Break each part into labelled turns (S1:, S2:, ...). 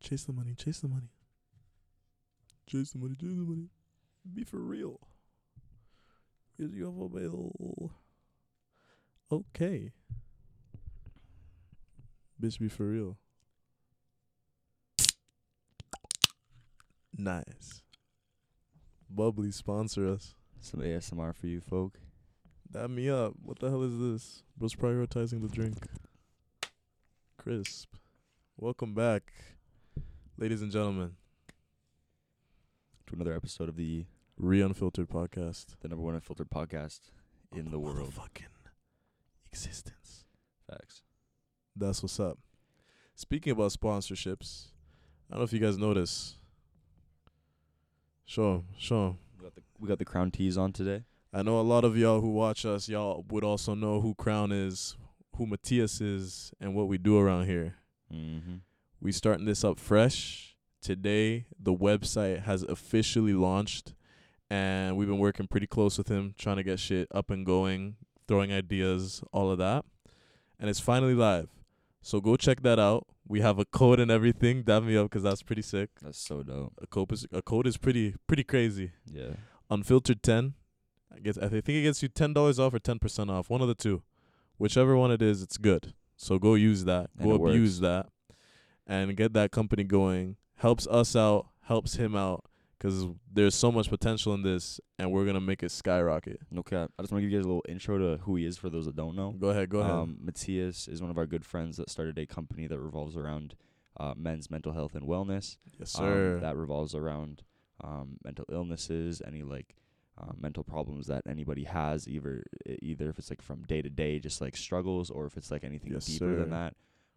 S1: Chase the money. Chase the money. Chase the money. Chase the money. Be for real. Is UFO bail? Okay. Bitch, be for real. Nice. Bubbly sponsor us.
S2: Some ASMR for you folk.
S1: Dab me up. What the hell is this? Was prioritizing the drink. Crisp. Welcome back, ladies and gentlemen.
S2: To another episode of the
S1: Re-unfiltered podcast
S2: the number one unfiltered podcast in the world.
S1: Fucking existence.
S2: Facts.
S1: That's what's up. Speaking about sponsorships, I don't know if you guys notice. Sure, sure.
S2: We got the we got the crown tees on today.
S1: I know a lot of y'all who watch us, y'all would also know who Crown is, who Matthias is, and what we do around here.
S2: Mm-hmm.
S1: We starting this up fresh. Today, the website has officially launched and we've been working pretty close with him, trying to get shit up and going, throwing ideas, all of that. And it's finally live. So go check that out. We have a code and everything. Dab me up because that's pretty sick.
S2: That's so dope.
S1: A code is a code is pretty pretty crazy.
S2: Yeah.
S1: Unfiltered ten. I guess I think it gets you ten dollars off or ten percent off. One of the two. Whichever one it is, it's good. So go use that.
S2: And
S1: go
S2: it works.
S1: abuse that. And get that company going. Helps us out, helps him out. Cause there's so much potential in this and we're gonna make it skyrocket.
S2: No cap. I just want to give you guys a little intro to who he is for those that don't know.
S1: Go ahead, go ahead.
S2: Um, Matthias is one of our good friends that started a company that revolves around uh, men's mental health and wellness.
S1: yes,
S2: um,
S1: sir.
S2: that revolves around um, mental illnesses, any like uh, mental problems that anybody has, either e- either if it's like from day to day, just like struggles, or if it's like anything
S1: Yes,
S2: deeper
S1: sir.
S2: than that.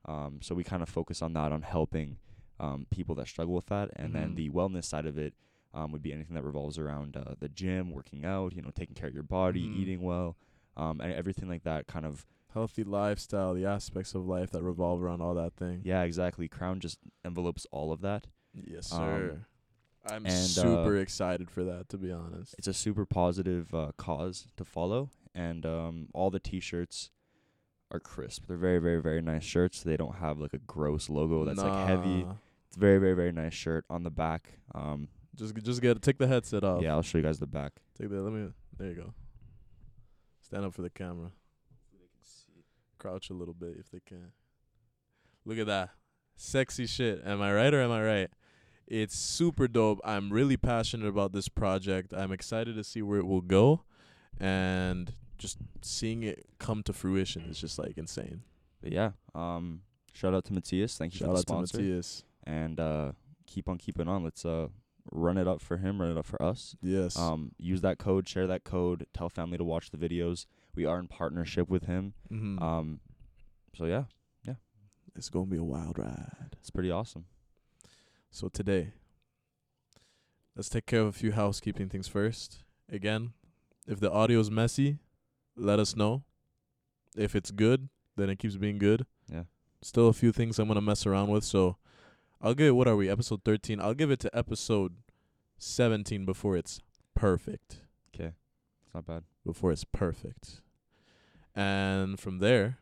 S2: Um, so we kind of focus on that, on helping um, people that struggle with that, and then
S1: Mhm.
S2: the wellness side of it um, would be anything that revolves around uh, the gym, working out, you know, taking care of your body,
S1: Mhm.
S2: eating well, um, and everything like that. Kind of
S1: Healthy lifestyle, the aspects of life that revolve around all that thing.
S2: yeah, exactly. Crown just envelopes all of that.
S1: Yes,
S2: Um,
S1: sir. I'm
S2: and, uh,
S1: super excited for that, to be honest.
S2: it's a super positive uh, cause to follow, and um, all the T-shirts are crisp. They're very, very, very nice shirts. They don't have like a gross logo that's like heavy.
S1: Nah.
S2: It's a very, very, very nice shirt on the back. Um,
S1: Just just get take the headset off.
S2: yeah, I'll show you guys the back.
S1: Take that. Let me. There you go. Stand up for the camera. Crouch a little bit if they can. Look at that. Sexy shit. Am I right or am I right? It's super dope. I'm really passionate about this project. I'm excited to see where it will go and just seeing it come to fruition is just like insane.
S2: But yeah, um, shout out to Matthias. Thank you
S1: Shout
S2: for the
S1: out to
S2: sponsor.
S1: Matthias.
S2: And uh, keep on keeping on. Let's uh, run it up for him. Run it up for us.
S1: Yes.
S2: Um, use that code. Share that code. Tell family to watch the videos. We are in partnership with him.
S1: Mhm.
S2: Um, so yeah,
S1: it's going to be a wild ride.
S2: it's pretty awesome.
S1: So today, let's take care of a few housekeeping things first. Again, if the audio's messy, let us know. If it's good, then it keeps being good.
S2: Yeah.
S1: Still a few things I'm gonna mess around with, so I'll give it what are we, episode thirteen. I'll give it to episode seventeen before it's perfect.
S2: Okay. It's not bad.
S1: Before it's perfect. And from there,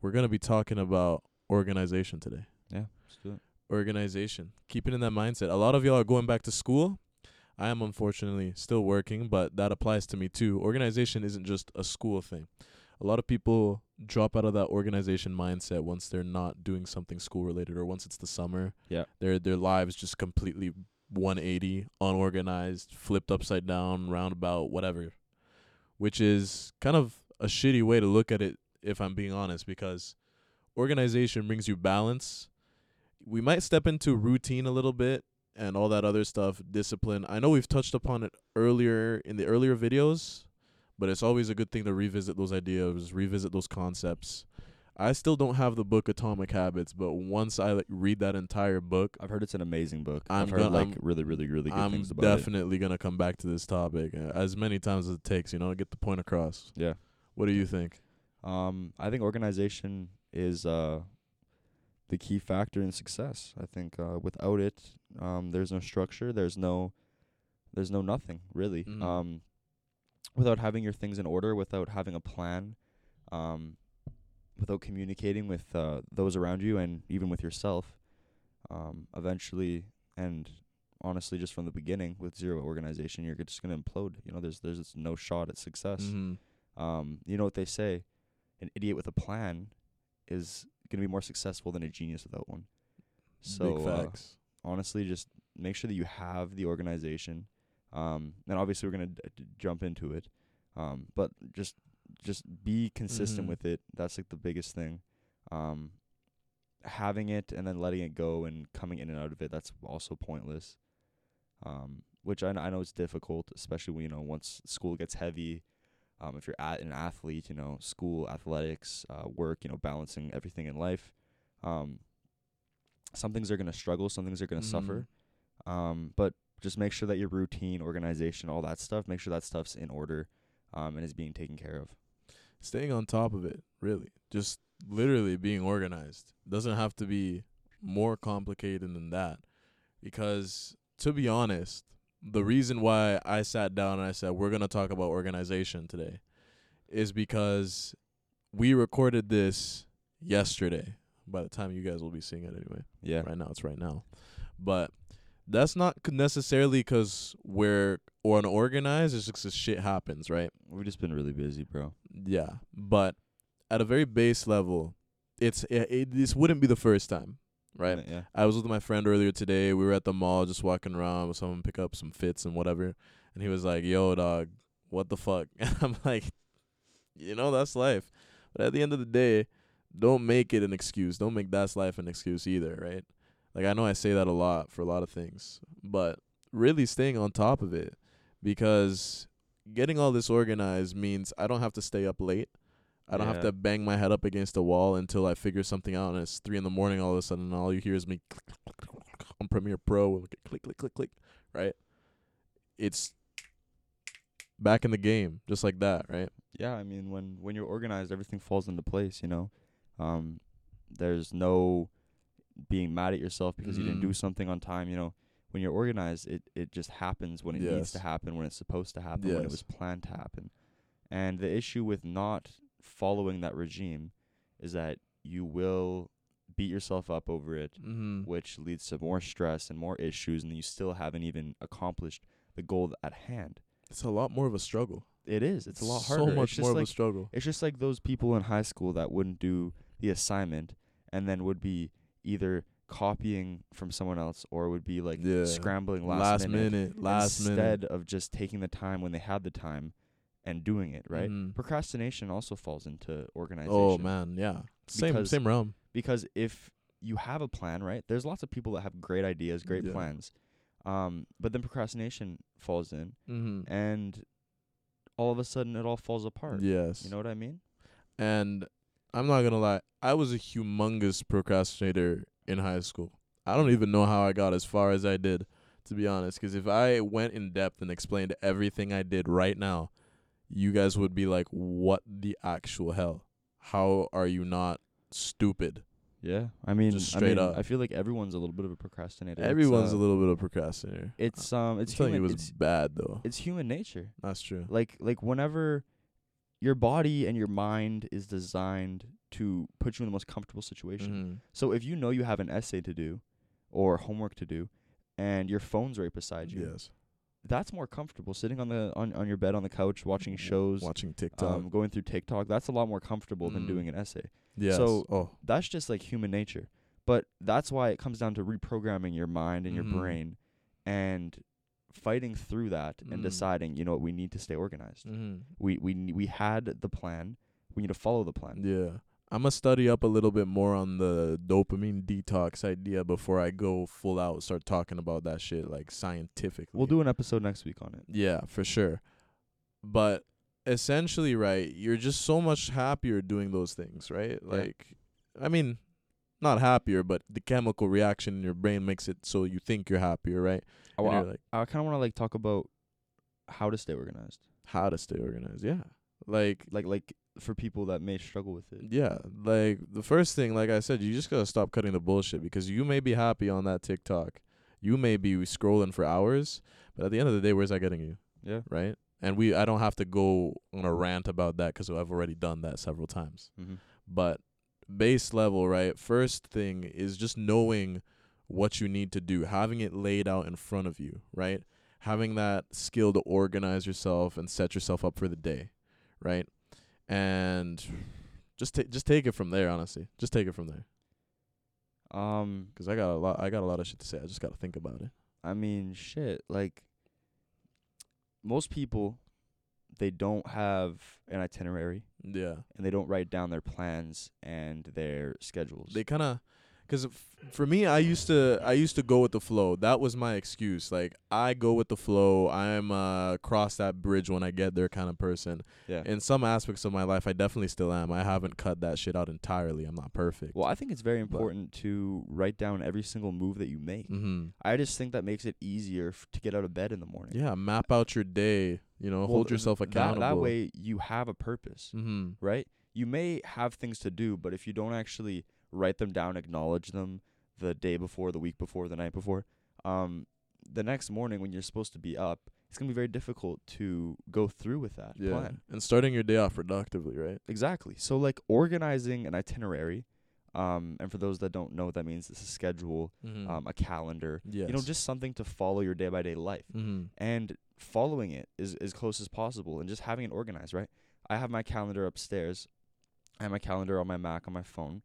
S1: we're gonna be talking about organization today
S2: Yeah. Let's do it.
S1: organization, keeping in that mindset. A lot of y'all are going back to school. I am unfortunately still working, but that applies to me too. Organization isn't just a school thing. A lot of people drop out of that organization mindset once they're not doing something school related or once it's the summer.
S2: Yeah.
S1: Their their lives just completely 180, unorganized, flipped upside down, roundabout, whatever. Which is kind of a shitty way to look at it if I'm being honest because organization brings you balance, we might step into routine a little bit and all that other stuff, discipline. I know we've touched upon it earlier in the earlier videos, but it's always a good thing to revisit those ideas, revisit those concepts. I still don't have the book Atomic Habits, but once I like, read that entire book,
S2: I've heard it's an amazing book. i
S1: I'm
S2: have heard
S1: gonna-
S2: like
S1: I'm-
S2: really, really, really good
S1: I'm
S2: things about it.
S1: definitely going to come back to this topic uh, as many times as it takes, you know, to get the point across.
S2: Yeah.
S1: What do you think?
S2: Um, I think organization is uh the key factor in success. I think uh, without it, um, there's no structure. There's no, there's no nothing really.
S1: Mhm.
S2: Um, without having your things in order, without having a plan, um, without communicating with uh, those around you and even with yourself, um, eventually and honestly just from the beginning with zero organization you're just going to implode you know there's there's no shot at success
S1: Mm-hmm.
S2: um, you know what they say an idiot with a plan is going to be more successful than a genius without one so
S1: Big
S2: uh,
S1: facts.
S2: honestly just make sure that you have the organization um and obviously we're going to d- d- jump into it um but just just be consistent
S1: Mhm.
S2: with it that's like the biggest thing um having it and then letting it go and coming in and out of it that's also pointless um which I, kn- I know it's difficult especially when you know once school gets heavy um if you're at an athlete you know school athletics uh work you know balancing everything in life um some things are going to struggle some things are
S1: Mm-hmm.
S2: going to suffer um, but just make sure that your routine, organization, all that stuff, make sure that stuff's in order um, and is being taken care of.
S1: staying on top of it, really. Just literally being organized. Doesn't have to be more complicated than that. Because to be honest, the reason why I sat down and I said we're going to talk about organization today is because we recorded this yesterday. By the time you guys will be seeing it anyway.
S2: Yeah.
S1: Right now it's right now. But that's not c- necessarily cuz we're unorganized, it's just 'cause shit happens, right?
S2: We've just been really busy, bro.
S1: Yeah, but at a very base level, it's it, it, this wouldn't be the first time, right?
S2: Yeah.
S1: I was with my friend earlier today. We were at the mall just walking around with someone pick up some fits and whatever, and he was like, "Yo, dog, what the fuck?" And I'm like, "You know, that's life." But at the end of the day, don't make it an excuse. Don't make that's life an excuse either, right? Like I know I say that a lot for a lot of things, but really staying on top of it because getting all this organized means I don't have to stay up late. I don't have
S2: Yeah.
S1: to bang my head up against a wall until I figure something out, and it's three in the morning all of a sudden, and all you hear is me on Premiere Pro, we'll get click, click, click, click, right? It's back in the game, just like that, right?
S2: Yeah, I mean when when you're organized, everything falls into place, you know. Um there's no being mad at yourself because you didn't
S1: Mm.
S2: do something on time, you know. When you're organized, it it just happens when it needs to
S1: Yes.
S2: happen, when it's supposed to happen, when it
S1: Yes.
S2: was planned to happen. And the issue with not following that regime is that you will beat yourself up over it
S1: Mm-hmm.
S2: which leads to more stress and more issues, and you still haven't even accomplished the goal at hand.
S1: It's a lot more of a struggle.
S2: It is. It's a lot harder.
S1: So
S2: it's
S1: much
S2: just
S1: more of
S2: like
S1: a struggle.
S2: it's just like those people in high school that wouldn't do the assignment and then would be either copying from someone else or would be like
S1: Yeah.
S2: scrambling last,
S1: Last, minute, last
S2: instead
S1: minute,
S2: of just taking the time when they had the time and doing it right.
S1: Mhm.
S2: Procrastination also falls into organization.
S1: Oh man, yeah, same
S2: Because
S1: same realm.
S2: because if you have a plan, right? There's lots of people that have great ideas, great
S1: Yeah.
S2: plans, um, but then procrastination falls in,
S1: Mm-hmm.
S2: and all of a sudden it all falls apart.
S1: Yes,
S2: You know what I mean?
S1: and I'm not gonna lie, I was a humongous procrastinator in high school. I don't even know how I got as far as I did, to be honest. Because if I went in depth and explained everything I did right now, you guys would be like, "What the actual hell? How are you not stupid?"
S2: Yeah, I mean,
S1: Just
S2: I
S1: straight
S2: mean,
S1: up.
S2: I feel like everyone's a little bit of a procrastinator. It's,
S1: Everyone's
S2: uh,
S1: a little bit of procrastinator.
S2: It's um, it's
S1: I'm telling
S2: human.
S1: you, it was
S2: it's,
S1: bad though.
S2: it's human nature.
S1: That's true.
S2: Like like whenever your body and your mind is designed to put you in the most comfortable situation.
S1: Mhm.
S2: So if you know you have an essay to do or homework to do and your phone's right beside you,
S1: Yes.
S2: that's more comfortable. Sitting on the on, on your bed on the couch watching shows,
S1: Watching TikTok.
S2: um, going through TikTok, that's a lot more comfortable than
S1: Mm.
S2: doing an essay.
S1: yes.
S2: so-
S1: oh,
S2: That's just like human nature. But that's why it comes down to reprogramming your mind and
S1: Mhm.
S2: your brain and fighting through that
S1: Mm.
S2: and deciding, you know what, we need to stay organized.
S1: mhm.
S2: We we ne- we had the plan. We need to follow the plan.
S1: Yeah. I'm going to study up a little bit more on the dopamine detox idea before I go full out start talking about that shit like scientifically.
S2: We'll do an episode next week on it.
S1: Yeah, for sure. But essentially, right, you're just so much happier doing those things, right? Like I mean, not happier, but the chemical reaction in your brain makes it so you think you're happier, right?
S2: Oh,
S1: And
S2: I-
S1: you're like
S2: I kind of want to like talk about how to stay organized.
S1: how to stay organized. Yeah. Like
S2: Like like for people that may struggle with it.
S1: Yeah, like the first thing, like I said, you just gotta stop cutting the bullshit because you may be happy on that TikTok, you may be scrolling for hours, but at the end of the day, where's that getting you,
S2: Yeah.
S1: right? And we, I don't have to go on a rant about that because I've already done that several times.
S2: Mm-hmm.
S1: But base level, right? First thing is just knowing what you need to do, having it laid out in front of you, right? Having that skill to organize yourself and set yourself up for the day, right? And just ta- just take it from there, honestly. Just take it from there.
S2: Um,
S1: Cause I got a lot. I got a lot of shit to say. I just got to think about it.
S2: I mean, shit. Like most people, they don't have an itinerary
S1: Yeah.
S2: and they don't write down their plans and their schedules.
S1: They kind of, cause f- for me, I used to I used to go with the flow. That was my excuse. Like I go with the flow. I'm uh cross that bridge when I get there kind of person.
S2: yeah.
S1: In some aspects of my life, I definitely still am. I haven't cut that shit out entirely. I'm not perfect.
S2: Well, I think it's very
S1: But-
S2: important to write down every single move that you make.
S1: Mm-hmm.
S2: I just think that makes it easier f- to get out of bed in the morning.
S1: Yeah. Map out your day. You know,
S2: Well,
S1: hold
S2: th-
S1: yourself
S2: that-
S1: accountable.
S2: That, way you have a purpose,
S1: Mm-hmm.
S2: right? You may have things to do, but if you don't actually write them down, acknowledge them the day before, the week before, the night before, um, the next morning when you're supposed to be up, it's gonna be very difficult to go through with that
S1: Yeah.
S2: plan.
S1: And starting your day off productively, right?
S2: Exactly. So like organizing an itinerary, um, and for those that don't know what that means, it's a schedule,
S1: Mm-hmm.
S2: um, a calendar.
S1: yes.
S2: You know, just something to follow your day by day life
S1: Mm-hmm.
S2: and following it is as close as possible and just having it organized, right? I have my calendar upstairs. I have my calendar on my Mac on my phone,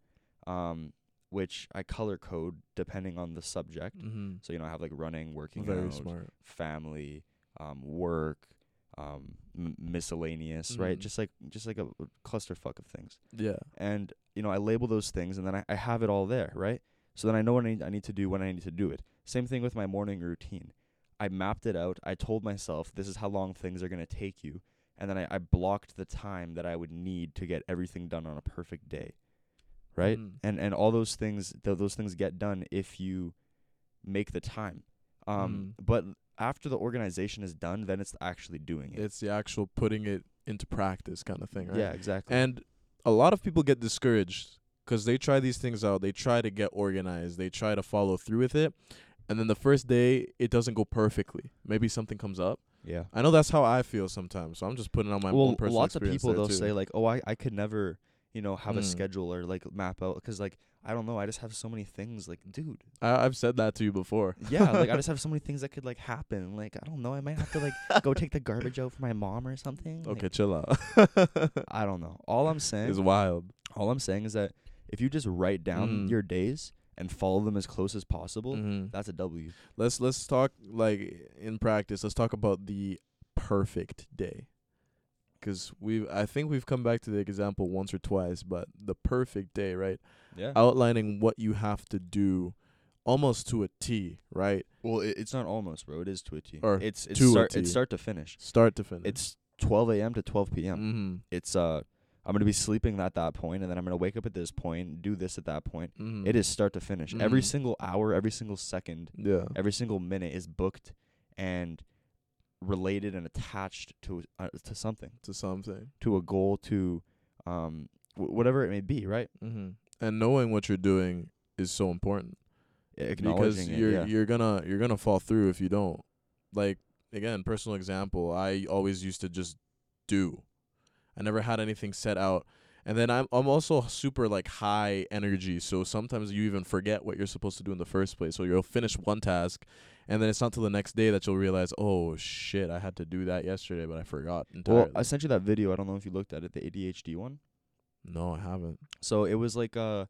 S2: um, which I color code depending on the subject.
S1: Mm-hmm.
S2: So you know, I have like running, working
S1: Very
S2: out,
S1: smart.
S2: family, um, work, um, m- miscellaneous, right?
S1: Mhm.
S2: Just like just like a clusterfuck of things
S1: Yeah.
S2: and you know I label those things and then I, I have it all there, right? So then I know what I need, I need to do when I need to do it. Same thing with my morning routine. I mapped it out. I told myself this is how long things are gonna take you, and then I, I blocked the time that I would need to get everything done on a perfect day, right?
S1: Mm.
S2: And and all those things th- those things get done if you make the time. Um,
S1: Mm.
S2: but after the organization is done, then it's actually doing it.
S1: It's the actual putting it into practice kind of thing, right?
S2: Yeah, exactly.
S1: And a lot of people get discouraged because they try these things out. They try to get organized. They try to follow through with it. And then the first day, it doesn't go perfectly. Maybe something comes up.
S2: yeah.
S1: I know that's how I feel sometimes. So I'm just putting on my
S2: well,
S1: own personal
S2: lots of
S1: experience
S2: people
S1: there,
S2: they'll
S1: too.
S2: say like, "Oh, I, I could never, you know, have a
S1: Mm.
S2: schedule or like map out because like I don't know, I just have so many things like, dude,
S1: I- I've said that to you before.
S2: yeah, like I just have so many things that could like happen. Like I don't know, I might have to like go take the garbage out for my mom or something. like,
S1: Okay, chill out.
S2: I don't know. All I'm
S1: it's
S2: saying,
S1: wild.
S2: all I'm saying is that if you just write down
S1: Mm.
S2: your days and follow them as close as possible,
S1: Mhm.
S2: that's a W.
S1: Let's let's talk like in practice. Let's talk about the perfect day, because we I think we've come back to the example once or twice, but the perfect day, right?
S2: Yeah.
S1: Uh, Outlining what you have to do, almost to a T, right?
S2: well, it, it's not almost, bro. It is to a T.
S1: Or
S2: it's it's
S1: to a
S2: start
S1: T.
S2: it's start to finish.
S1: Start to finish.
S2: It's 12 a.m. to 12 p.m.
S1: mm-hmm.
S2: it's uh I'm gonna be sleeping at that point and then I'm gonna wake up at this point, do this at that point.
S1: Mm-hmm.
S2: It is start to finish. Every
S1: Mhm.
S2: single hour, every single second,
S1: Yeah.
S2: every single minute is booked and related and attached to uh, to something,
S1: To something.
S2: to a goal, to um w- whatever it may be, right?
S1: Mm-hmm. And knowing what you're doing is so important. because
S2: Acknowledging
S1: you're
S2: it, yeah.
S1: you're gonna you're gonna fall through if you don't. Like again, personal example, I always used to just do. I never had anything set out. And then I'm I'm also super like high energy, so sometimes you even forget what you're supposed to do in the first place. So you'll finish one task and then it's not till the next day that you'll realize, "Oh shit, I had to do that yesterday, but I forgot entirely."
S2: well, I sent you that video. I don't know if you looked at it, the ADHD one.
S1: no, I haven't.
S2: So it was like a,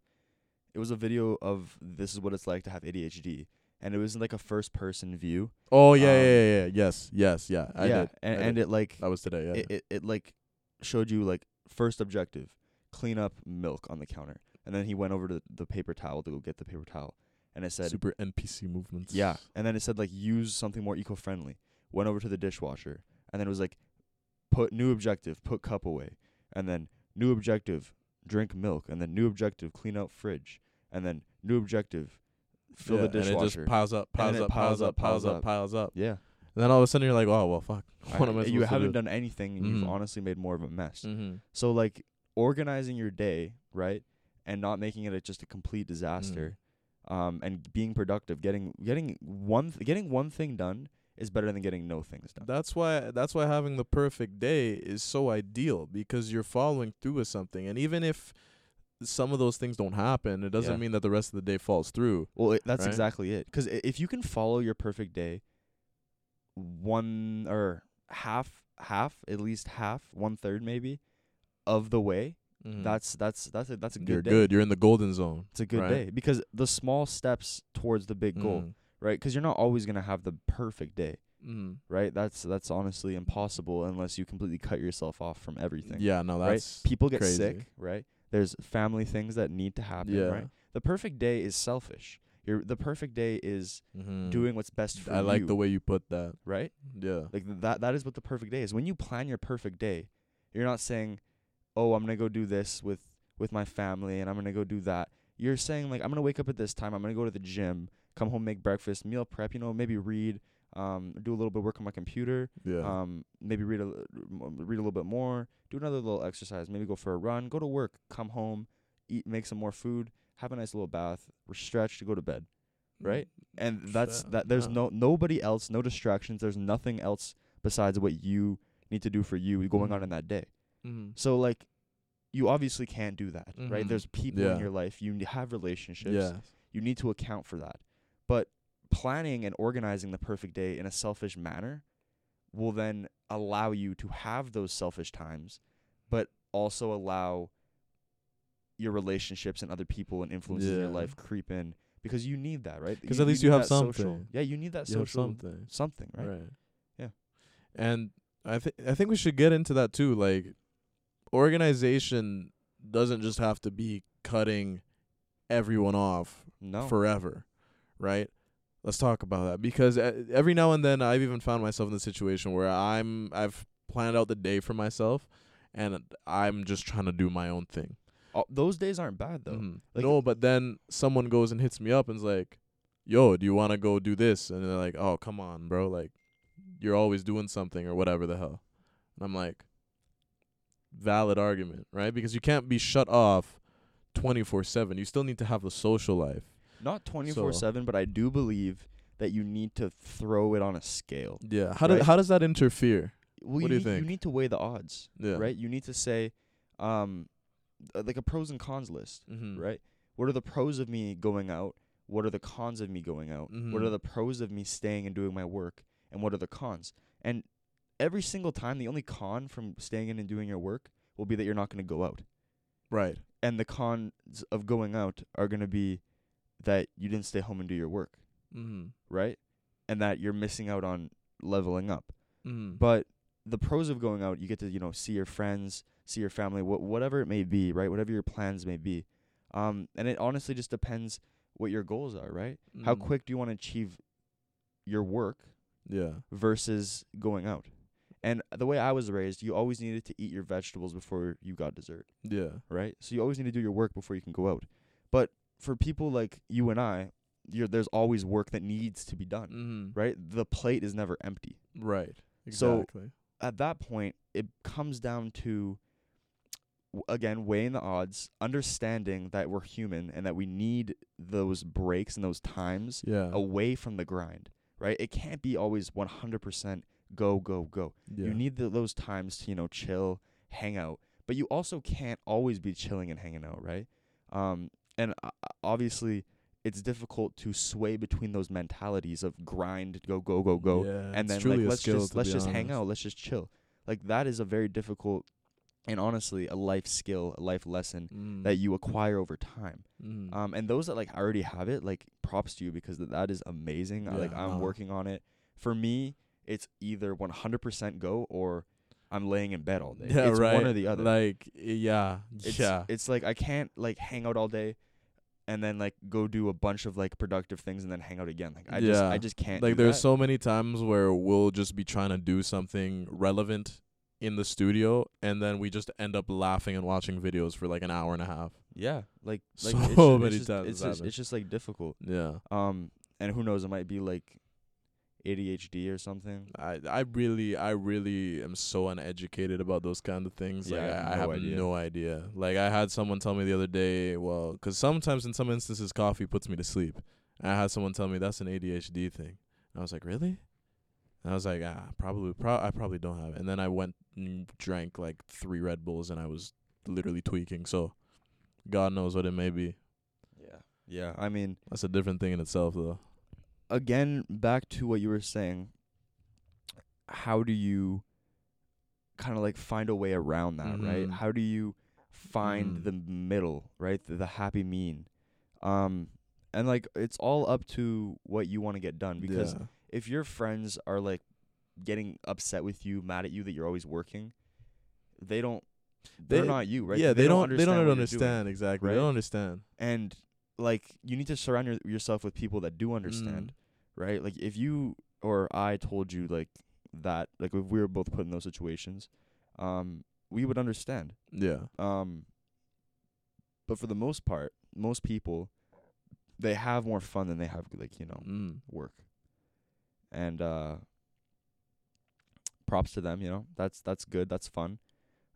S2: it was a video of this is what it's like to have ADHD, and it was like a first person view,
S1: Oh, yeah,
S2: Um,
S1: yeah, yeah, yeah. Yes, yes, yeah. I
S2: yeah,
S1: did.
S2: and,
S1: I did.
S2: and it like
S1: that was today, yeah.
S2: it, it, it like showed you like first objective clean up milk on the counter and then he went over to the paper towel to go get the paper towel and it said
S1: super NPC movements.
S2: yeah and then it said like use something more eco-friendly went over to the dishwasher and then it was like put new objective put cup away and then new objective drink milk and then new objective clean out fridge and then new objective fill
S1: Yeah,
S2: the dishwasher
S1: And it just piles up, piles
S2: then it
S1: up, piles up, piles up, piles up.
S2: yeah
S1: And then all of a sudden you're like, oh, well, fuck. What
S2: I-
S1: am I
S2: you
S1: supposed to
S2: haven't
S1: do?
S2: done anything and you've
S1: Mhm.
S2: honestly made more of a mess
S1: Mm-hmm.
S2: So like organizing your day, right, and not making it a, just a complete disaster,
S1: Mm.
S2: um, and being productive, getting getting one th- getting one thing done is better than getting no things done.
S1: That's why that's why having the perfect day is so ideal because you're following through with something. And even if some of those things don't happen, it doesn't
S2: Yeah.
S1: mean that the rest of the day falls through.
S2: Well, it, that's
S1: Right?
S2: exactly it. Because if you can follow your perfect day, one or half, half at least half, one third maybe, of the way, that's that's that's a, that's a good
S1: Mm. you're
S2: day.
S1: good. You're in the golden zone.
S2: It's a good
S1: right?
S2: day because the small steps towards the big goal,
S1: Mm.
S2: right? Because you're not always gonna have the perfect day,
S1: Mm.
S2: right? That's that's honestly impossible unless you completely cut yourself off from everything.
S1: Yeah, no, that's
S2: right? People get
S1: crazy.
S2: sick, right? There's family things that need to happen,
S1: yeah.
S2: right? The perfect day is selfish. Your the perfect day is
S1: Mhm.
S2: doing what's best for
S1: I like
S2: you,
S1: the way you put that.
S2: right?
S1: Yeah.
S2: Like th- that that is what the perfect day is. When you plan your perfect day, you're not saying, "Oh, I'm going to go do this with with my family and I'm going to go do that." You're saying like, "I'm going to wake up at this time. I'm going to go to the gym, come home, make breakfast, meal prep, you know, maybe read, um do a little bit of work on my computer,
S1: Yeah.
S2: um maybe read a l- m- read a little bit more, do another little exercise, maybe go for a run, go to work, come home, eat, make some more food, have a nice little bath, stretch, go to bed." right? and that's
S1: Sure.
S2: that there's
S1: Yeah.
S2: no nobody else no distractions there's nothing else besides what you need to do for you going on
S1: Mhm.
S2: in that day
S1: Mm.
S2: so like you obviously can't do that right
S1: Mhm.
S2: there's people
S1: Yeah.
S2: in your life you n- have relationships
S1: Yeah.
S2: you need to account for that but planning and organizing the perfect day in a selfish manner will then allow you to have those selfish times but also allow your relationships and other people and influences in your
S1: Yeah.
S2: life creep in because you need that right
S1: 'Cause at least you
S2: need
S1: have
S2: that social-
S1: something.
S2: yeah you need that
S1: You have
S2: social
S1: something.
S2: something right?
S1: Right.
S2: Yeah.
S1: And I think I think we should get into that too. Like organization doesn't just have to be cutting everyone off
S2: no
S1: forever, right? Let's talk about that because uh, every now and then I've even found myself in the situation where I'm I've planned out the day for myself and I'm just trying to do my own thing.
S2: Uh, those days aren't bad though
S1: Mhm.
S2: Like-
S1: no, but then someone goes and hits me up and's like, "Yo, do you want to go do this?" And they're like, "Oh, come on, bro. Like, you're always doing something or whatever the hell." And I'm like, "Valid argument, right? Because you can't be shut off 24/7. You still need to have a social life."
S2: not 24/7 but I do believe that you need to throw it on a scale
S1: Yeah. How
S2: Right.
S1: do, how does that interfere?
S2: well you
S1: What do you
S2: need,
S1: think?
S2: you need to weigh the odds
S1: Yeah.
S2: right? You need to say, um, uh, like a pros and cons list,
S1: Mm-hmm.
S2: right? What are the pros of me going out? What are the cons of me going out? What are
S1: Mhm.
S2: the pros of me staying and doing my work? And what are the cons? And every single time, the only con from staying in and doing your work will be that you're not going to go out.
S1: Right.
S2: And the cons of going out are going to be that you didn't stay home and do your work,
S1: Mm-hmm.
S2: right? And that you're missing out on leveling up.
S1: Mm-hmm.
S2: But the pros of going out, you get to you know see your friends, see your family, wh- whatever it may be, right? Whatever your plans may be, um, and it honestly just depends what your goals are, right?
S1: Mm-hmm. Mm.
S2: How quick do you want to achieve your work
S1: Yeah.
S2: versus going out? And the way I was raised, you always needed to eat your vegetables before you got dessert,
S1: Yeah.
S2: right? So you always need to do your work before you can go out. But for people like you and I, you're, there's always work that needs to be done,
S1: Mm-hmm.
S2: right? The plate is never empty.
S1: Right.
S2: So-
S1: Exactly.
S2: at that point, it comes down to w- again weighing the odds, understanding that we're human and that we need those breaks and those times
S1: yeah.
S2: away from the grind, right? It can't be always 100% go go go.
S1: yeah.
S2: You need the, those times to, you know, chill, hang out, but you also can't always be chilling and hanging out, right? Um and uh, obviously it's difficult to sway between those mentalities of grind, go go go go,
S1: Yeah,
S2: and
S1: it's
S2: then
S1: truly
S2: like
S1: a
S2: let's
S1: skill,
S2: just
S1: to
S2: let's
S1: be
S2: just hang
S1: honest.
S2: out, let's just chill. Like that is a very difficult and honestly a life skill, a life lesson
S1: Mm.
S2: that you acquire over time.
S1: Mm.
S2: Um, and those that like already have it, like props to you because th- that is amazing. I, like
S1: Yeah,
S2: I'm
S1: no.
S2: working on it. For me, it's either 100% go or I'm laying in bed all day.
S1: Yeah,
S2: it's
S1: right.
S2: one or the other.
S1: Like, yeah,
S2: it's,
S1: yeah,
S2: it's like I can't like hang out all day and then like go do a bunch of like productive things and then hang out again. Like I just
S1: Yeah.
S2: I just can't.
S1: like
S2: do
S1: there's
S2: that.
S1: so many times where we'll just be trying to do something relevant in the studio, and then we just end up laughing and watching videos for like an hour and a half.
S2: Yeah, like
S1: So
S2: like it's, ju-
S1: many
S2: it's just,
S1: times
S2: It's
S1: that
S2: just,
S1: happens.
S2: it's just like difficult.
S1: Yeah,
S2: Um, and who knows? It might be like ADHD or something.
S1: I I really I really am so uneducated about those kind of things.
S2: Yeah,
S1: like
S2: I have
S1: I, I have
S2: no idea.
S1: no idea. Like I had someone tell me the other day, well, 'cause sometimes in some instances coffee puts me to sleep. And I had someone tell me that's an ADHD thing. And I was like, really? And I was like, ah, probably, pro- I probably don't have it. And then I went and drank like three Red Bulls, and I was literally tweaking. So God knows what it may be.
S2: Yeah. Yeah. I mean,
S1: That's a different thing in itself, though.
S2: again, back to what you were saying. How do you kind of like find a way around that, right?
S1: Mhm.
S2: How do you find
S1: Mm.
S2: the middle, right? The, the happy mean. Um and like it's all up to what you want to get done because
S1: Yeah.
S2: if your friends are like getting upset with you, mad at you that you're always working, they don't. They're
S1: They-
S2: not you, right?
S1: Yeah, they, don't. They don't
S2: what you're doing.
S1: understand exactly. They
S2: right?
S1: don't understand.
S2: And like, you need to surround your, yourself with people that do understand,
S1: Mm.
S2: right? Like, if you or I told you like that, like if we were both put in those situations, um, we would understand.
S1: Mm, Yeah.
S2: Um, but for the most part, most people, they have more fun than they have like you know
S1: Mm.
S2: work. And uh props to them, you know. That's that's good, that's fun.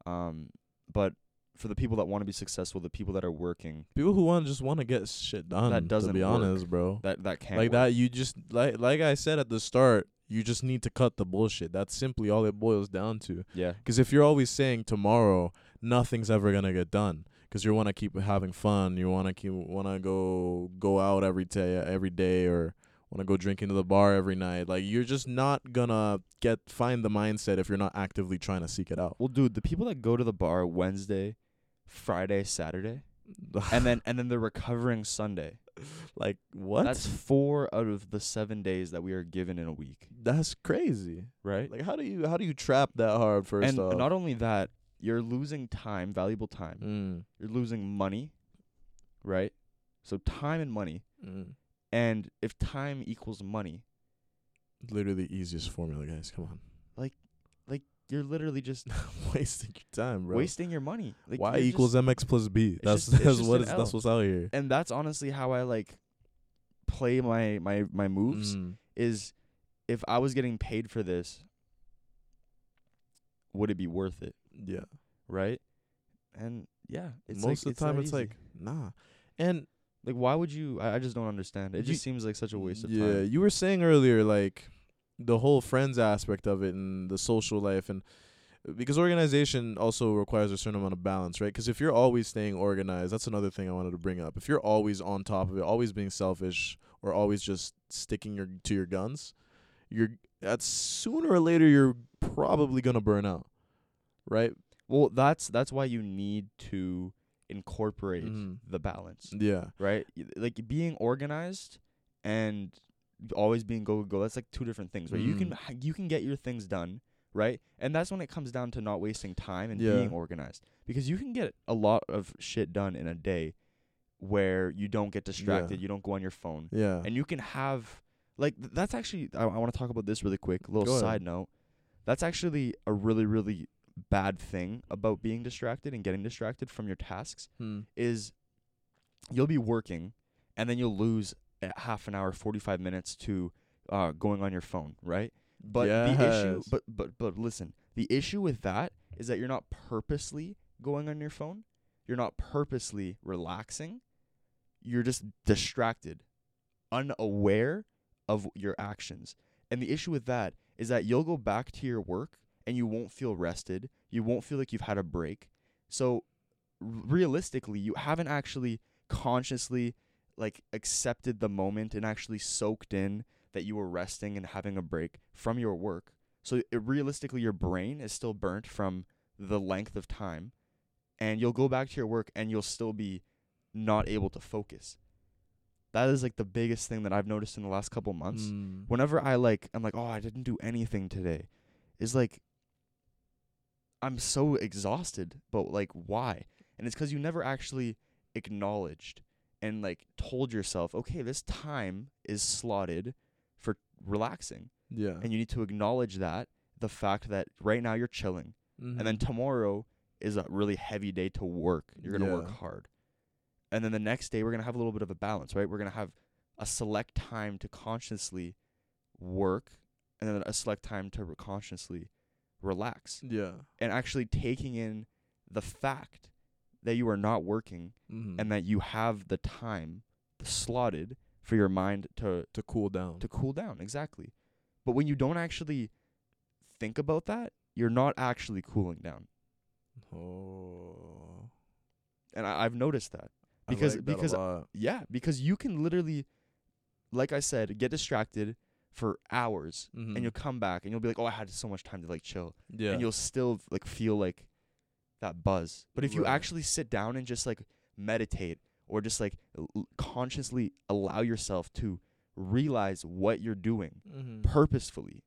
S2: Um but for the people that want to be successful, the people that are working,
S1: People who want just want to get shit done.
S2: doesn't
S1: To be
S2: work.
S1: honest, bro.
S2: that that can't
S1: like
S2: work.
S1: that, you just like like I said at the start, you just need to cut the bullshit. That's simply all it boils down to.
S2: Yeah.
S1: Because if you're always saying tomorrow, nothing's ever gonna get done. Because you want to keep having fun, you want to keep want to go go out every day, every day, or want to go drink into the bar every night. Like you're just not gonna get find the mindset if you're not actively trying to seek it out.
S2: Well, dude, the people that go to the bar Wednesday, Friday, Saturday, and then and then they're recovering Sunday.
S1: like what?
S2: That's four out of the seven days that we are given in a week,
S1: that's crazy.
S2: right?
S1: Like how do you how do you trap that hard first
S2: and
S1: off?
S2: not only that, you're losing time, valuable time.
S1: mm,
S2: You're losing money, right? So time and money.
S1: mm.
S2: And if time equals money,
S1: Literally easiest formula, guys. Come on,
S2: you're literally just
S1: wasting your time, bro.
S2: wasting your money. Like,
S1: y
S2: you're
S1: equals mx plus b. That's
S2: just- it's
S1: that's
S2: just
S1: what
S2: an
S1: it's,
S2: L.
S1: that's what's out here.
S2: just- and that's honestly how I like play my my my moves.
S1: Mm.
S2: Is if I was getting paid for this, would it be worth it?
S1: Yeah.
S2: Right? And yeah, it's like-
S1: Most of the time,
S2: that
S1: it's
S2: easy.
S1: like nah. And
S2: like why would you? I, I just don't understand. It
S1: You-
S2: just seems like such a waste of
S1: yeah,
S2: time.
S1: you were saying earlier like the whole friends aspect of it and the social life and uh, because organization also requires a certain amount of balance, right? Because if you're always staying organized, that's another thing I wanted to bring up. If you're always on top of it, always being selfish, or always just sticking your to your guns, you're at sooner or later you're probably gonna burn out, right?
S2: Well, that's that's why you need to incorporate
S1: Mhm.
S2: the balance.
S1: Yeah,
S2: right? Y- Like being organized and always being go go go. That's like two different things, right? You can
S1: Mm.
S2: ha- you can get your things done, right? And that's when it comes down to not wasting time and
S1: Yeah.
S2: being organized because you can get a lot of shit done in a day where you don't get distracted, you don't go on your phone,
S1: yeah.
S2: and you can have like th- that's actually I, I want to talk about this really quick. Little
S1: Go ahead.
S2: side note, that's actually a really really bad thing about being distracted and getting distracted from your tasks
S1: Hmm.
S2: is you'll be working and then you'll lose a half an hour, 45 minutes to uh, going on your phone, right? But the issue,
S1: Yes.
S2: but but but listen, the issue with that is that you're not purposely going on your phone. You're not purposely relaxing. You're just distracted, unaware of your actions. And the issue with that is that you'll go back to your work and you won't feel rested. You won't feel like you've had a break. So r- realistically, you haven't actually consciously like accepted the moment and actually soaked in that you were resting and having a break from your work. So it, realistically, your brain is still burnt from the length of time, and you'll go back to your work and you'll still be not able to focus. That is like the biggest thing that I've noticed in the last couple months.
S1: Hmm.
S2: Whenever I like, I'm like, oh, I didn't do anything today. Is like, I'm so exhausted, but like, why? And it's because you never actually acknowledged and like told yourself, okay, this time is slotted for relaxing.
S1: yeah,
S2: And you need to acknowledge that the fact that right now you're chilling. And then
S1: Mhm.
S2: tomorrow is a really heavy day to work. You're going to work
S1: Yeah.
S2: hard. And then the next day, we're going to have a little bit of a balance, right? We're going to have a select time to consciously work and then a select time to re- consciously relax.
S1: yeah,
S2: And actually taking in the fact that you are not working
S1: Mhm.
S2: and that you have the time slotted for your mind to
S1: to cool down.
S2: to cool down exactly but when you don't actually think about that you're not actually cooling down
S1: oh,
S2: and I, I've noticed that
S1: I
S2: because-
S1: like that a
S2: because
S1: lot.
S2: yeah because you can literally, like I said, get distracted for hours
S1: Mhm.
S2: and you'll come back and you'll be like, oh, I had so much time to like chill,
S1: yeah
S2: and you'll still like feel like that buzz. But if you
S1: Right.
S2: actually sit down and just like meditate or just like l- l- consciously allow yourself to realize what you're doing
S1: Mhm.
S2: purposefully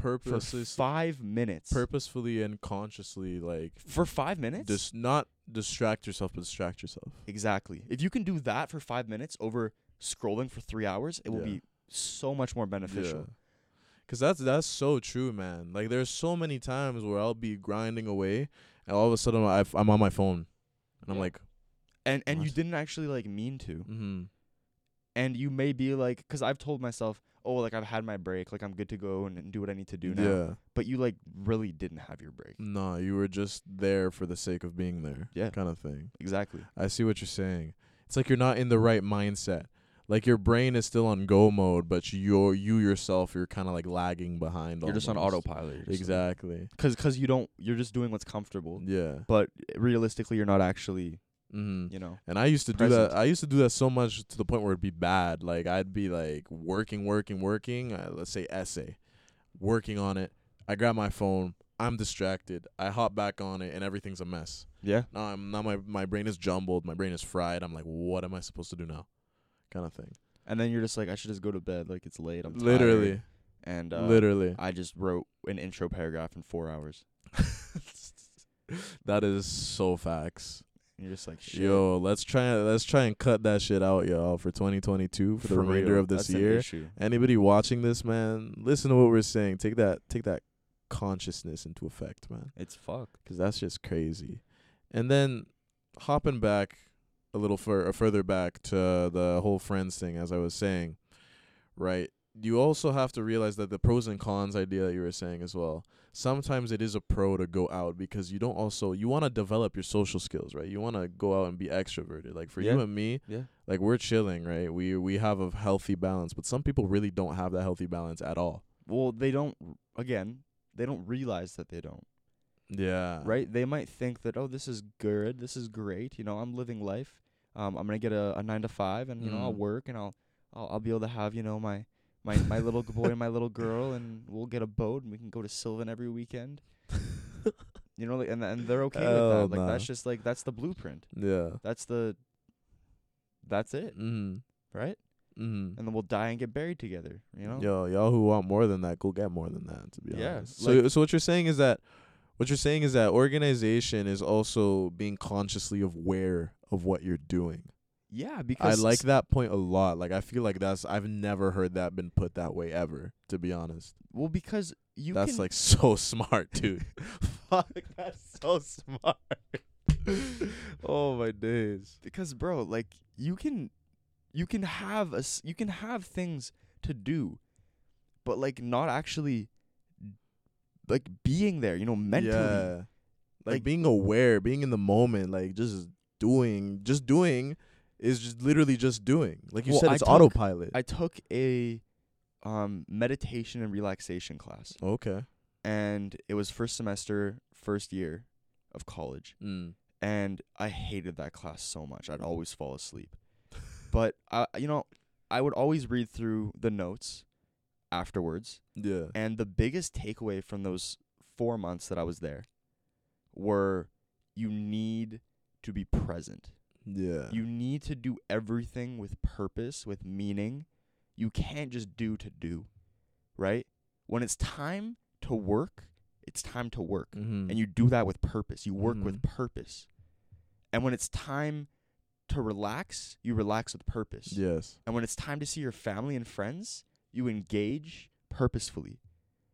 S2: for
S1: purposely
S2: five minutes.
S1: purposefully and consciously like
S2: for five minutes?
S1: dis- not distract yourself but distract yourself
S2: exactly. If you can do that for five minutes over scrolling for three hours, it will
S1: Yeah.
S2: be so much more beneficial.
S1: Cause that's that's so true, man. Like there's so many times where I'll be grinding away, and all of a sudden I f- I'm on my phone, and I'm
S2: Yeah.
S1: like,
S2: And and you
S1: Nice.
S2: didn't actually like mean to.
S1: mm-hmm.
S2: And you may be like, because I've told myself, oh, like I've had my break, like I'm good to go and, and do what I need to do now.
S1: yeah,
S2: but you like really didn't have your break.
S1: no, you were just there for the sake of being there,
S2: Yeah.
S1: kind of thing.
S2: Exactly.
S1: I see what you're saying. It's like you're not in the right mindset. Like your brain is still on go mode, but you're you yourself you're kind of like lagging behind.
S2: You're just on
S1: almost.
S2: autopilot.
S1: Exactly.
S2: Because cause you don't. You're just doing what's comfortable.
S1: Yeah.
S2: But realistically, you're not actually.
S1: Mm-hmm.
S2: You know.
S1: And I used to do
S2: present.
S1: that. I used to do that so much to the point where it'd be bad. Like I'd be like working, working, working. Uh, let's say essay, working on it. I grab my phone. I'm distracted. I hop back on it, and everything's a mess.
S2: Yeah.
S1: Now I'm now my my brain is jumbled. My brain is fried. I'm like, what am I supposed to do now? Kind of thing.
S2: And then you're just like, I should just go to bed. Like it's late. I'm tired.
S1: Literally,
S2: And uh,
S1: literally.
S2: I just wrote an intro paragraph in four hours.
S1: that is so facts.
S2: And you're just like, shit.
S1: Yo, let's try let's try and cut that shit out, y'all, for 2022 for the remainder
S2: real,
S1: of this
S2: that's an
S1: year.
S2: issue.
S1: anybody watching this man listen to what we're saying take that take that consciousness into effect man
S2: It's fucked.
S1: because that's just crazy and then hopping back a little fur- uh, further back to the whole friends thing as i was saying right you also have to realize that the pros and cons idea that you were saying as well sometimes it is a pro to go out because you don't also you want to develop your social skills right you want to go out and be extroverted like for you
S2: Yeah.
S1: and me
S2: Yeah.
S1: like we're chilling, right? We we have a healthy balance, but some people really don't have that healthy balance at all.
S2: Well, they don't. Again, they don't realize that they don't.
S1: Yeah.
S2: right? They might think that, oh, this is good, this is great. You know, I'm living life. Um, I'm gonna get a, a nine to five, and you know, I'll
S1: Mm.
S2: work, and I'll, I'll I'll be able to have you know my my my little g- boy and my little girl, and we'll get a boat, and we can go to Sylvan every weekend. You know, like, and and they're okay
S1: Hell
S2: with that. Like that's
S1: nah.
S2: just like that's the blueprint.
S1: yeah.
S2: That's the. That's it,
S1: Mm.
S2: right?
S1: Mm.
S2: And then we'll die and get buried together. You know.
S1: Yo, y'all who want more than that, go get more than that. To be
S2: Yeah,
S1: honest. so
S2: like-
S1: so what you're saying is that what you're saying is that organization is also being consciously aware of what you're doing.
S2: Yeah,
S1: I
S2: because
S1: like
S2: s-
S1: that point a lot. Like I feel like that's I've never heard that been put that way ever. To be honest,
S2: Well, because you
S1: that's
S2: can
S1: like so smart, dude. Fuck, that's so smart. oh my days.
S2: because bro like you can you can have a s- you can have things to do but like not actually like being there you know mentally
S1: Yeah. Like,
S2: Like-
S1: being aware, being in the moment, like just doing, just doing is just literally just doing. Like you
S2: Well,
S1: said,
S2: I
S1: it's
S2: took-
S1: autopilot.
S2: i took a um meditation and relaxation class
S1: okay.
S2: and it was first semester first year of college
S1: Mm.
S2: and i hated that class so much i'd always fall asleep but i you know i would always read through the notes afterwards
S1: Yeah.
S2: And the biggest takeaway from those four months that I was there were you need to be present.
S1: Yeah.
S2: You need to do everything with purpose, with meaning. You can't just do to do, right? When it's time to work, it's time to work.
S1: mm-hmm.
S2: And you do that with purpose. You work
S1: Mhm.
S2: with purpose. And when it's time to relax, you relax with purpose.
S1: Yes.
S2: And when it's time to see your family and friends, you engage purposefully.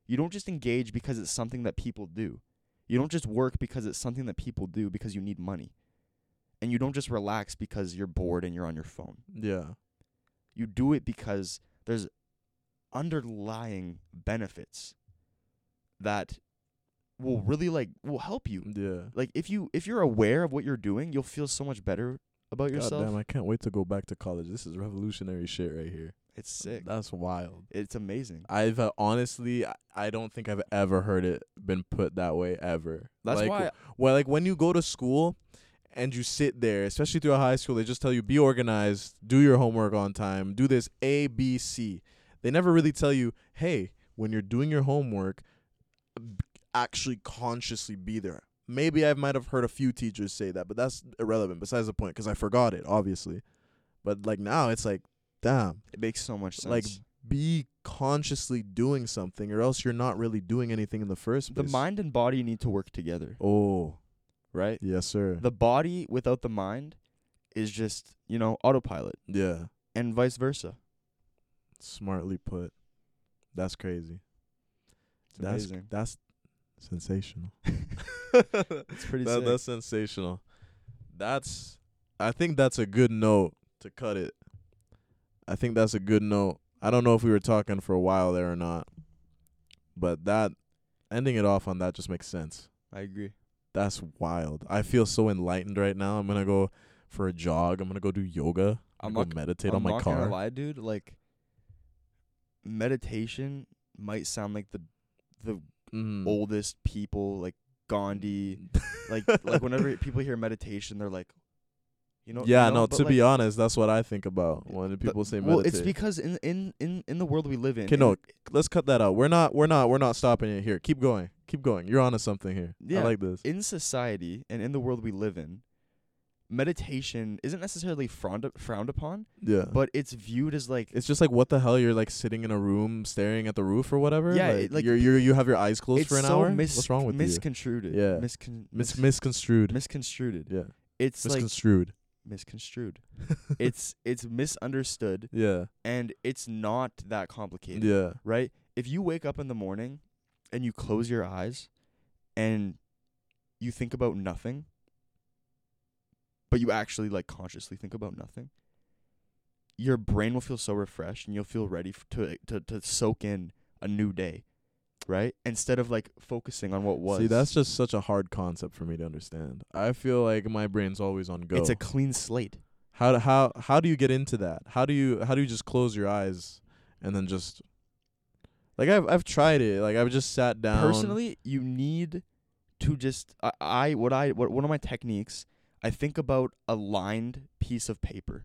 S2: You don't just engage because it's something that people do. You don't just work because it's something that people do because you need money. And you don't just relax because you're bored and you're on your phone.
S1: Yeah.
S2: You do it because there's underlying benefits that will really like will help you.
S1: Yeah.
S2: Like if you if you're aware of what you're doing, you'll feel so much better about
S1: God
S2: yourself.
S1: damn, I can't wait to go back to college. This is revolutionary shit right here.
S2: It's sick.
S1: That's wild.
S2: It's amazing.
S1: I've uh, honestly, I- I don't think I've ever heard it been put that way ever.
S2: That's
S1: Like,
S2: why
S1: Well, like when you go to school and you sit there, especially throughout high school, they just tell you be organized, do your homework on time, do this A, B, C. They never really tell you, hey, when you're doing your homework, b- actually consciously be there. Maybe I might have heard a few teachers say that, but that's irrelevant. Besides the point, because I forgot it, obviously. But like now, it's like, damn,
S2: It makes so much sense.
S1: Like, be consciously doing something, or else you're not really doing anything in the first
S2: the
S1: place.
S2: mind and body need to work together,
S1: Oh,
S2: right?
S1: yes, sir.
S2: The body without the mind is just, you know, autopilot
S1: yeah,
S2: and vice versa.
S1: smartly put. That's crazy.
S2: It's
S1: that's
S2: amazing.
S1: that's sensational.
S2: it's pretty
S1: That,
S2: sick.
S1: that's sensational. That's I think that's a good note to cut it. I think that's a good note. I don't know if we were talking for a while there or not, but that ending it off on that just makes sense.
S2: I agree.
S1: That's wild. I feel so enlightened right now. I'm gonna go for a jog. I'm gonna go do yoga. I'm
S2: I'm
S1: gonna
S2: not-
S1: go meditate
S2: I'm
S1: on my
S2: not
S1: car.
S2: Gonna lie, dude. Like meditation might sound like the the
S1: Mm.
S2: oldest people, like Gandhi. like like whenever people hear meditation, they're like, you know.
S1: yeah,
S2: you know,
S1: no.
S2: but,
S1: To
S2: like,
S1: be honest, that's what I think about when
S2: but-
S1: people say meditate.
S2: well, it's because in in in in the world we live in.
S1: 'Kay, no,
S2: in-
S1: let's cut that out. We're not we're not we're not stopping it here. Keep going. Keep going. You're onto something here. I
S2: Yeah.
S1: like this.
S2: in society and in the world we live in, meditation isn't necessarily frowned up- frowned upon,
S1: yeah. But
S2: but it's viewed as like
S1: Uh-huh. it's just like what the hell you're like sitting in a room staring at the roof or whatever.
S2: Yeah,
S1: like,
S2: it, like,
S1: you're you you have your eyes closed
S2: it's
S1: for an
S2: so
S1: hour.
S2: Mis-
S1: What's wrong with you?
S2: misconstrued.
S1: Yeah.
S2: Miscon-
S1: Mis- misconstrued.
S2: misconstrued.
S1: yeah.
S2: It's like
S1: Misconstrued.
S2: misconstrued. it's it's misunderstood
S1: yeah.
S2: and it's not that complicated.
S1: Yeah.
S2: Right? If you wake up in the morning and you close your eyes and you think about nothing, but you actually like consciously think about nothing, your brain will feel so refreshed and you'll feel ready f- to to to soak in a new day. Right? Instead of like focusing on what was.
S1: See, that's just such a hard concept for me to understand. I feel like my brain's always on go.
S2: it's a clean slate.
S1: how do, how how do you get into that? How do you how do you just close your eyes and then just like I've I've tried it. Like I've just sat down.
S2: personally you need to just I, I what i what one of my techniques i think about a lined piece of paper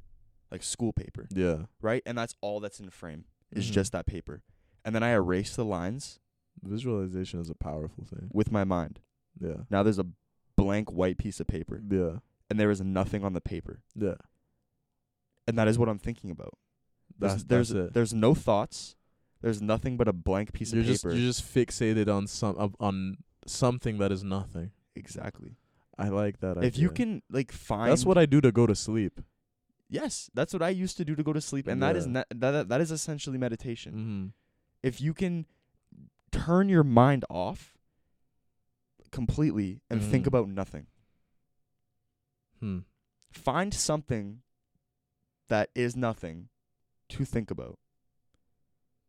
S2: like school paper
S1: Yeah.
S2: right and that's all that's in frame is
S1: Mhm.
S2: just that paper and then i erase the lines
S1: Visualization is a powerful thing.
S2: with my mind
S1: Yeah.
S2: now there's a blank white piece of paper
S1: Yeah.
S2: and there is nothing on the paper
S1: Yeah.
S2: and that is what i'm thinking about there's
S1: That's
S2: there's,
S1: that's it.
S2: there's no thoughts there's nothing but a blank piece
S1: you're
S2: of
S1: just
S2: paper
S1: you're just fixated on some uh, on something that is nothing.
S2: exactly
S1: I like that idea.
S2: if you can like find
S1: That's what I do to go to sleep.
S2: Yes, that's what I used to do to go to sleep, and that is
S1: Yeah.
S2: ne- that, that that is essentially
S1: Mhm.
S2: meditation. If you can turn your mind off completely and think
S1: Mhm.
S2: about nothing,
S1: Hmm.
S2: find something that is nothing to think about.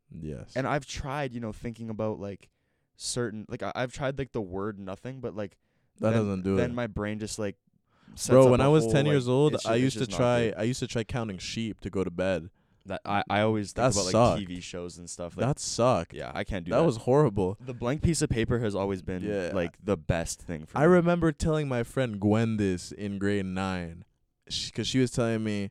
S1: Yes.
S2: And I've tried, you know, thinking about like certain like I, I've tried like the word nothing, but like
S1: that
S2: then-
S1: doesn't do it.
S2: Then my brain just like sets
S1: Bro,
S2: up
S1: when
S2: a
S1: I was
S2: whole,
S1: 10
S2: like,
S1: years old,
S2: it's ju-
S1: I
S2: it's
S1: used to
S2: just not
S1: try
S2: good.
S1: I used to try counting sheep to go to bed.
S2: that. I I always
S1: That
S2: think about like
S1: sucked.
S2: TV shows and stuff. Like
S1: That sucked.
S2: yeah, I can't do
S1: that
S2: that.
S1: was horrible.
S2: The blank piece of paper has always been
S1: Yeah.
S2: like the best thing for
S1: I
S2: me.
S1: remember telling my friend Gwen this in grade 9 sh- cuz she was telling me,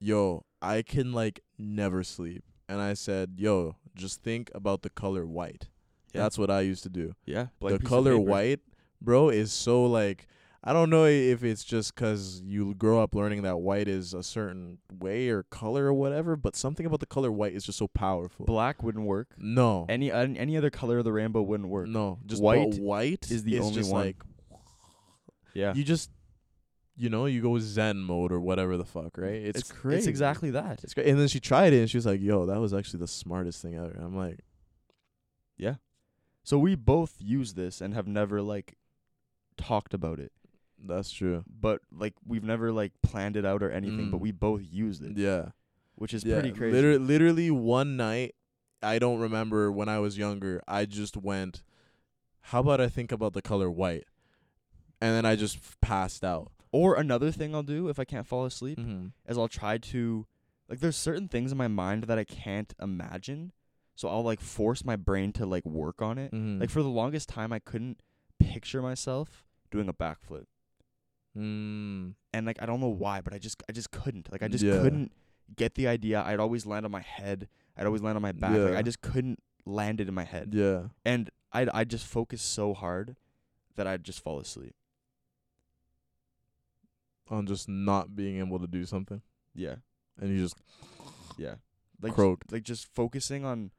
S1: "Yo, I can like never sleep." And I said, "Yo, just think about the color white."
S2: Yeah.
S1: That's what I used to do.
S2: yeah,
S1: the color white, bro, is so like I don't know if it's just 'cause you grow up learning that white is a certain way or color or whatever, but something about the color white is just so powerful.
S2: Black wouldn't work.
S1: no,
S2: Any an- any other color of the rainbow wouldn't work.
S1: no, just
S2: White
S1: white. White
S2: is the only
S1: just
S2: one.
S1: Like
S2: Yeah,
S1: you just, you know, you go Zen mode or whatever the fuck, right? It's, crazy.
S2: It's exactly that.
S1: It's great. And then she tried it and she was like, "Yo, that was actually the smartest thing ever." And I'm like,
S2: So we both use this and have never like talked about it,
S1: "That's true."
S2: but like we've never like planned it out or anything. But
S1: Mm.
S2: we both used it,
S1: Yeah.
S2: which is
S1: Yeah,
S2: pretty crazy.
S1: liter- literally one night, I don't remember when I was younger. I just went, "How about I think about the color white?" And then I just f- passed out.
S2: Or another thing I'll do if I can't fall asleep
S1: Mm-hmm.
S2: is I'll try to like there's certain things in my mind that I can't imagine, so I'll like force my brain to like work on it.
S1: Mm-hmm.
S2: Like for the longest time, I couldn't picture myself doing a backflip.
S1: Mm.
S2: and like I don't know why, but I just I just couldn't. Like I just
S1: Yeah.
S2: couldn't get the idea. I'd always land on my head. I'd always land on my back. Like
S1: Yeah.
S2: I just couldn't land it in my head.
S1: Yeah.
S2: And I'd I'd just focus so hard that I'd just fall asleep.
S1: On just not being able to do something,
S2: Yeah.
S1: and you just
S2: Yeah. Like
S1: Croak.
S2: like just focusing on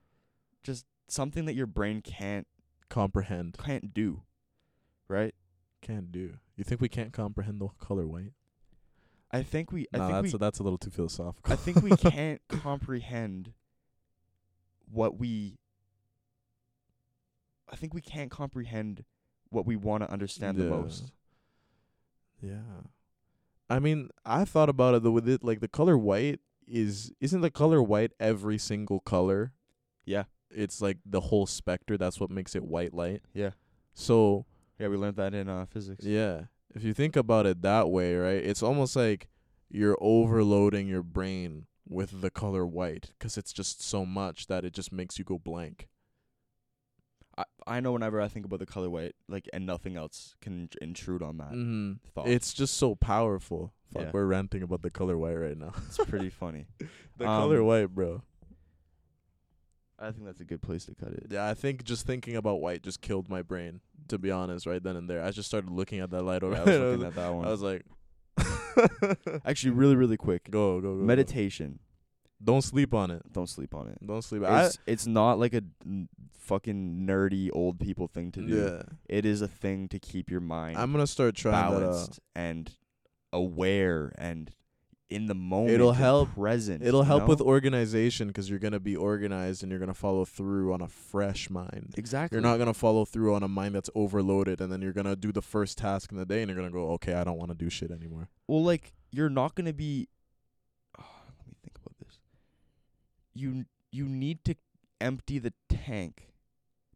S2: just something that your brain can't
S1: comprehend.
S2: can't do. Right?
S1: Can't do. You think we can't comprehend the color white?
S2: I think we I
S1: nah,
S2: think
S1: that's
S2: we
S1: a, that's a little too philosophical.
S2: I think we can't comprehend what we. I think we can't comprehend what we want to understand the
S1: Yeah.
S2: most.
S1: Yeah. I mean, I thought about it the with it like the color white is isn't the color white every single color?
S2: Yeah.
S1: It's like the whole specter, that's what makes it white light.
S2: Yeah.
S1: So,
S2: Yeah, we learned that in uh, physics.
S1: yeah, if you think about it that way, right? It's almost like you're overloading your brain with the color white cuz it's just so much that it just makes you go blank.
S2: I, I know whenever I think about the color white, like, and nothing else can int- intrude on that
S1: Mhm.
S2: thought.
S1: It's just so powerful. Fuck,
S2: Yeah.
S1: we're ranting about the color white right now.
S2: it's pretty funny.
S1: the color
S2: Um,
S1: white, bro.
S2: I think that's a good place to cut it.
S1: Yeah, I think just thinking about white just killed my brain. To be honest, right then and there, I just started looking at that light over.
S2: Yeah, I
S1: there.
S2: was
S1: and
S2: looking at that one.
S1: I was like,
S2: Actually, really, really quick.
S1: go, go, go. go.
S2: Meditation.
S1: Don't sleep on it.
S2: Don't sleep on it.
S1: Don't sleep. I,
S2: It's, it's not like a n- fucking nerdy old people thing to do.
S1: yeah,
S2: It is a thing to keep your mind
S1: I'm gonna start trying that. uh, out.
S2: balanced and aware and in the moment.
S1: It'll
S2: and
S1: help-
S2: Present.
S1: It'll
S2: you
S1: help with
S2: know?
S1: organization because you're gonna be organized and you're gonna follow through on a fresh mind.
S2: exactly.
S1: You're not gonna follow through on a mind that's overloaded, and then you're gonna do the first task in the day, and you're gonna go, okay, I don't want to do shit anymore.
S2: well, like you're not gonna be. Oh, let me think about this. You you need to empty the tank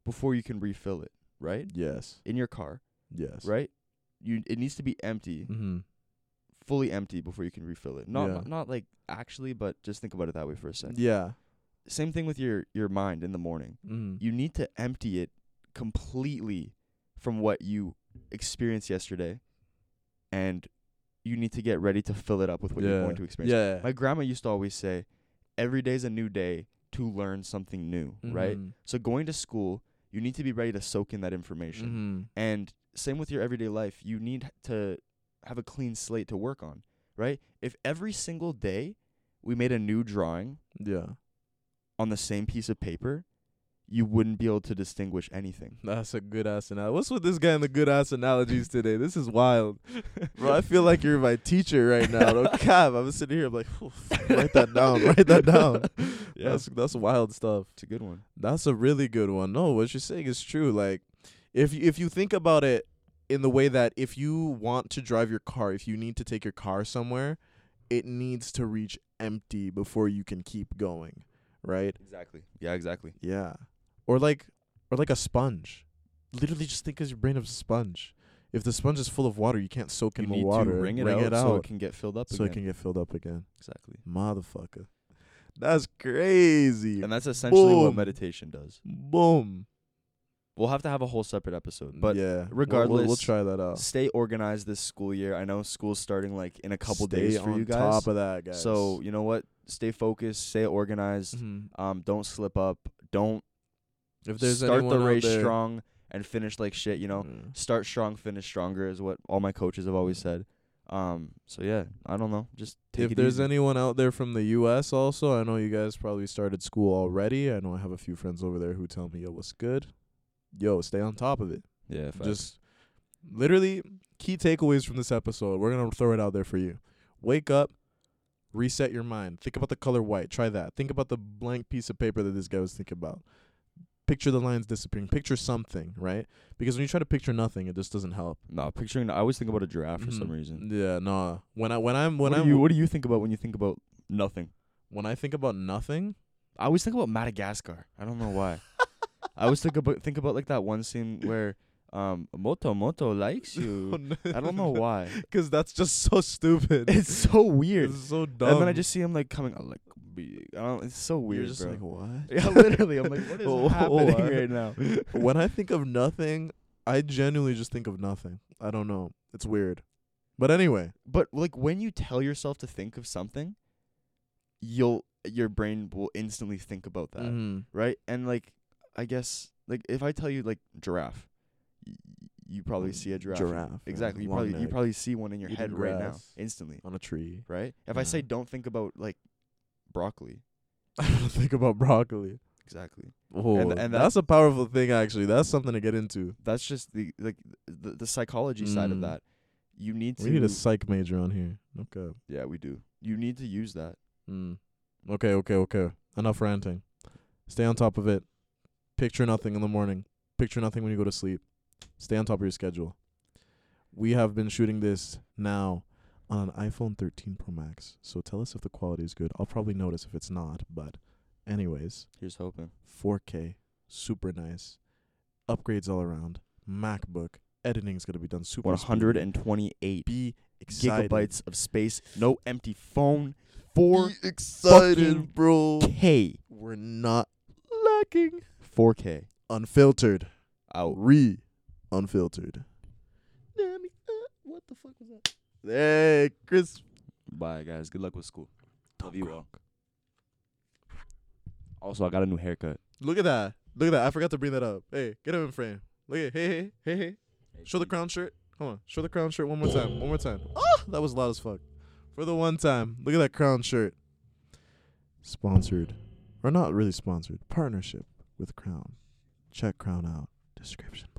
S2: before you can refill it. Right
S1: Yes,
S2: in your car.
S1: yes,
S2: Right. You it needs to be empty,
S1: Mm-hmm.
S2: fully empty before you can refill it. Not
S1: Yeah.
S2: not, not like actually, but just think about it that way for a second.
S1: Yeah.
S2: Same thing with your your mind in the morning.
S1: Mm.
S2: you need to empty it completely from what you experienced yesterday and you need to get ready to fill it up with what you're
S1: Yeah.
S2: going to experience.
S1: yeah.
S2: My grandma used to always say, every day's a new day to learn something new, right?
S1: Mhm.
S2: So going to school, you need to be ready to soak in that
S1: Mhm.
S2: information. And same with your everyday life, you need to have a clean slate to work on, right? If every single day we made a new drawing
S1: Mm-hmm. Yeah.
S2: on the same piece of paper, you wouldn't be able to distinguish anything.
S1: That's a good ass analogy. What's with this guy and the good ass analogies today? This is wild. Bro, I feel like you're my teacher right now. No cap. I'm sitting here, I'm like, "Oof, write that down, write that down.
S2: Yeah.
S1: That's that's wild stuff.
S2: It's a good one.
S1: That's a really good one. No, what you're saying is true. Like, if you, if you think about it in the way that if you want to drive your car, if you need to take your car somewhere, it needs to reach empty before you can keep going, right?
S2: Exactly. Yeah, exactly.
S1: Yeah. Or like or like a sponge. Literally just think of your brain of a sponge. If the sponge is full of water, you can't soak in
S2: you
S1: the
S2: need
S1: water.
S2: to wring it, out, so it can get filled up
S1: so it
S2: again.
S1: can get filled up again.
S2: exactly.
S1: Motherfucker. That's crazy.
S2: And that's essentially what
S1: Boom.
S2: meditation does.
S1: Boom.
S2: We'll have to have a whole separate episode, but
S1: yeah, we'll- we'll, we'll,
S2: regardless,
S1: try that out.
S2: stay organized this school year. I know school's starting like in a couple
S1: Stay
S2: days for
S1: on
S2: you guys.
S1: Top of that, guys.
S2: So, you know what? Stay focused, stay organized.
S1: Mhm.
S2: Um don't slip up. Don't
S1: if there's
S2: start the
S1: anyone out
S2: race
S1: there- Mm.
S2: strong and finish like shit, you know?
S1: Yeah.
S2: start strong, finish stronger is what all my coaches have always said. Um, so yeah, I don't know. Just take
S1: if
S2: it
S1: there's
S2: easy.
S1: anyone out there from the U.S. also, I know you guys probably started school already. I know I have a few friends over there who tell me, "Yo, what's good? Yo, stay on top of it."
S2: yeah, facts.
S1: Just literally key takeaways from this episode. We're gonna throw it out there for you. Wake up, reset your mind. Think about the color white. Try that. Think about the blank piece of paper that this guy was thinking about. Picture the lines disappearing. Picture something, right? Because when you try to picture nothing, it just doesn't help.
S2: no picturing. I always think about a giraffe for some
S1: Mhm.
S2: reason.
S1: Yeah, nah. When I when I'm when
S2: Mm-hmm. what
S1: I'm
S2: do you What do you think about when you think about nothing?
S1: when I think about nothing,
S2: I always think about Madagascar. I don't know why. I always think about think about like that one scene where um Moto Moto likes you. I don't know why.
S1: Because Oh, that's just so stupid.
S2: It's so weird.
S1: It's so dumb.
S2: And then I just see him like coming. I'm like, "Be-" I don't. It's so weird,
S1: You're just
S2: bro.
S1: like, what?
S2: yeah, literally. I'm like, what
S1: Wha-
S2: is happening
S1: what?
S2: right now?
S1: when I think of nothing, I genuinely just think of nothing. I don't know. It's weird. But anyway,
S2: But like when you tell yourself to think of something, you'll your brain will instantly think about that,
S1: mhm.
S2: right? And like I guess like if I tell you like giraffe, y- you probably see a giraffe.
S1: Giraffe, yeah,
S2: Exactly. You
S1: long
S2: probably you
S1: neck.
S2: probably see one in your
S1: Eating
S2: head right now
S1: grass.
S2: instantly,
S1: on a tree.
S2: right? If I say
S1: Yeah.
S2: don't think about like broccoli,
S1: I don't think about broccoli.
S2: exactly.
S1: Oh,
S2: And- and
S1: that's a powerful thing actually. That's something to get into.
S2: That's just the like the, the psychology side of
S1: Mm.
S2: that. You need to
S1: We need a psych major on here. Okay.
S2: Yeah, we do. You need to use that.
S1: Mm. Okay, okay, okay. Enough ranting. Stay on top of it. Picture nothing in the morning. Picture nothing when you go to sleep. Stay on top of your schedule. We have been shooting this now on an iPhone 13 Pro Max. So tell us if the quality is good. I'll probably notice if it's not, but anyways,
S2: Here's hoping.
S1: 4K, super nice. Upgrades all around. MacBook. Editing's going to be done super
S2: One
S1: speedy.
S2: hundred and twenty-eight
S1: be excited.
S2: gigabytes of space, no empty phone, four
S1: Be excited,
S2: fucking
S1: bro.
S2: K,
S1: We're not lacking.
S2: four K.
S1: Unfiltered.
S2: Out.
S1: Re unfiltered. Damn, uh, what the fuck was that? Hey, Chris.
S2: Bye, guys. Good luck with school. Love
S1: Don't
S2: you
S1: grow.
S2: all. Also, I got a new haircut.
S1: Look at that. Look at that. I forgot to bring that up. Hey, get him in frame. Look at hey hey hey hey. Show the crown shirt. Hold on. Show the crown shirt one more time. One more time. Oh, that was loud as fuck. For the one time. Look at that crown shirt. Sponsored. Or not really sponsored. Partnership with Crown. Check Crown out. Description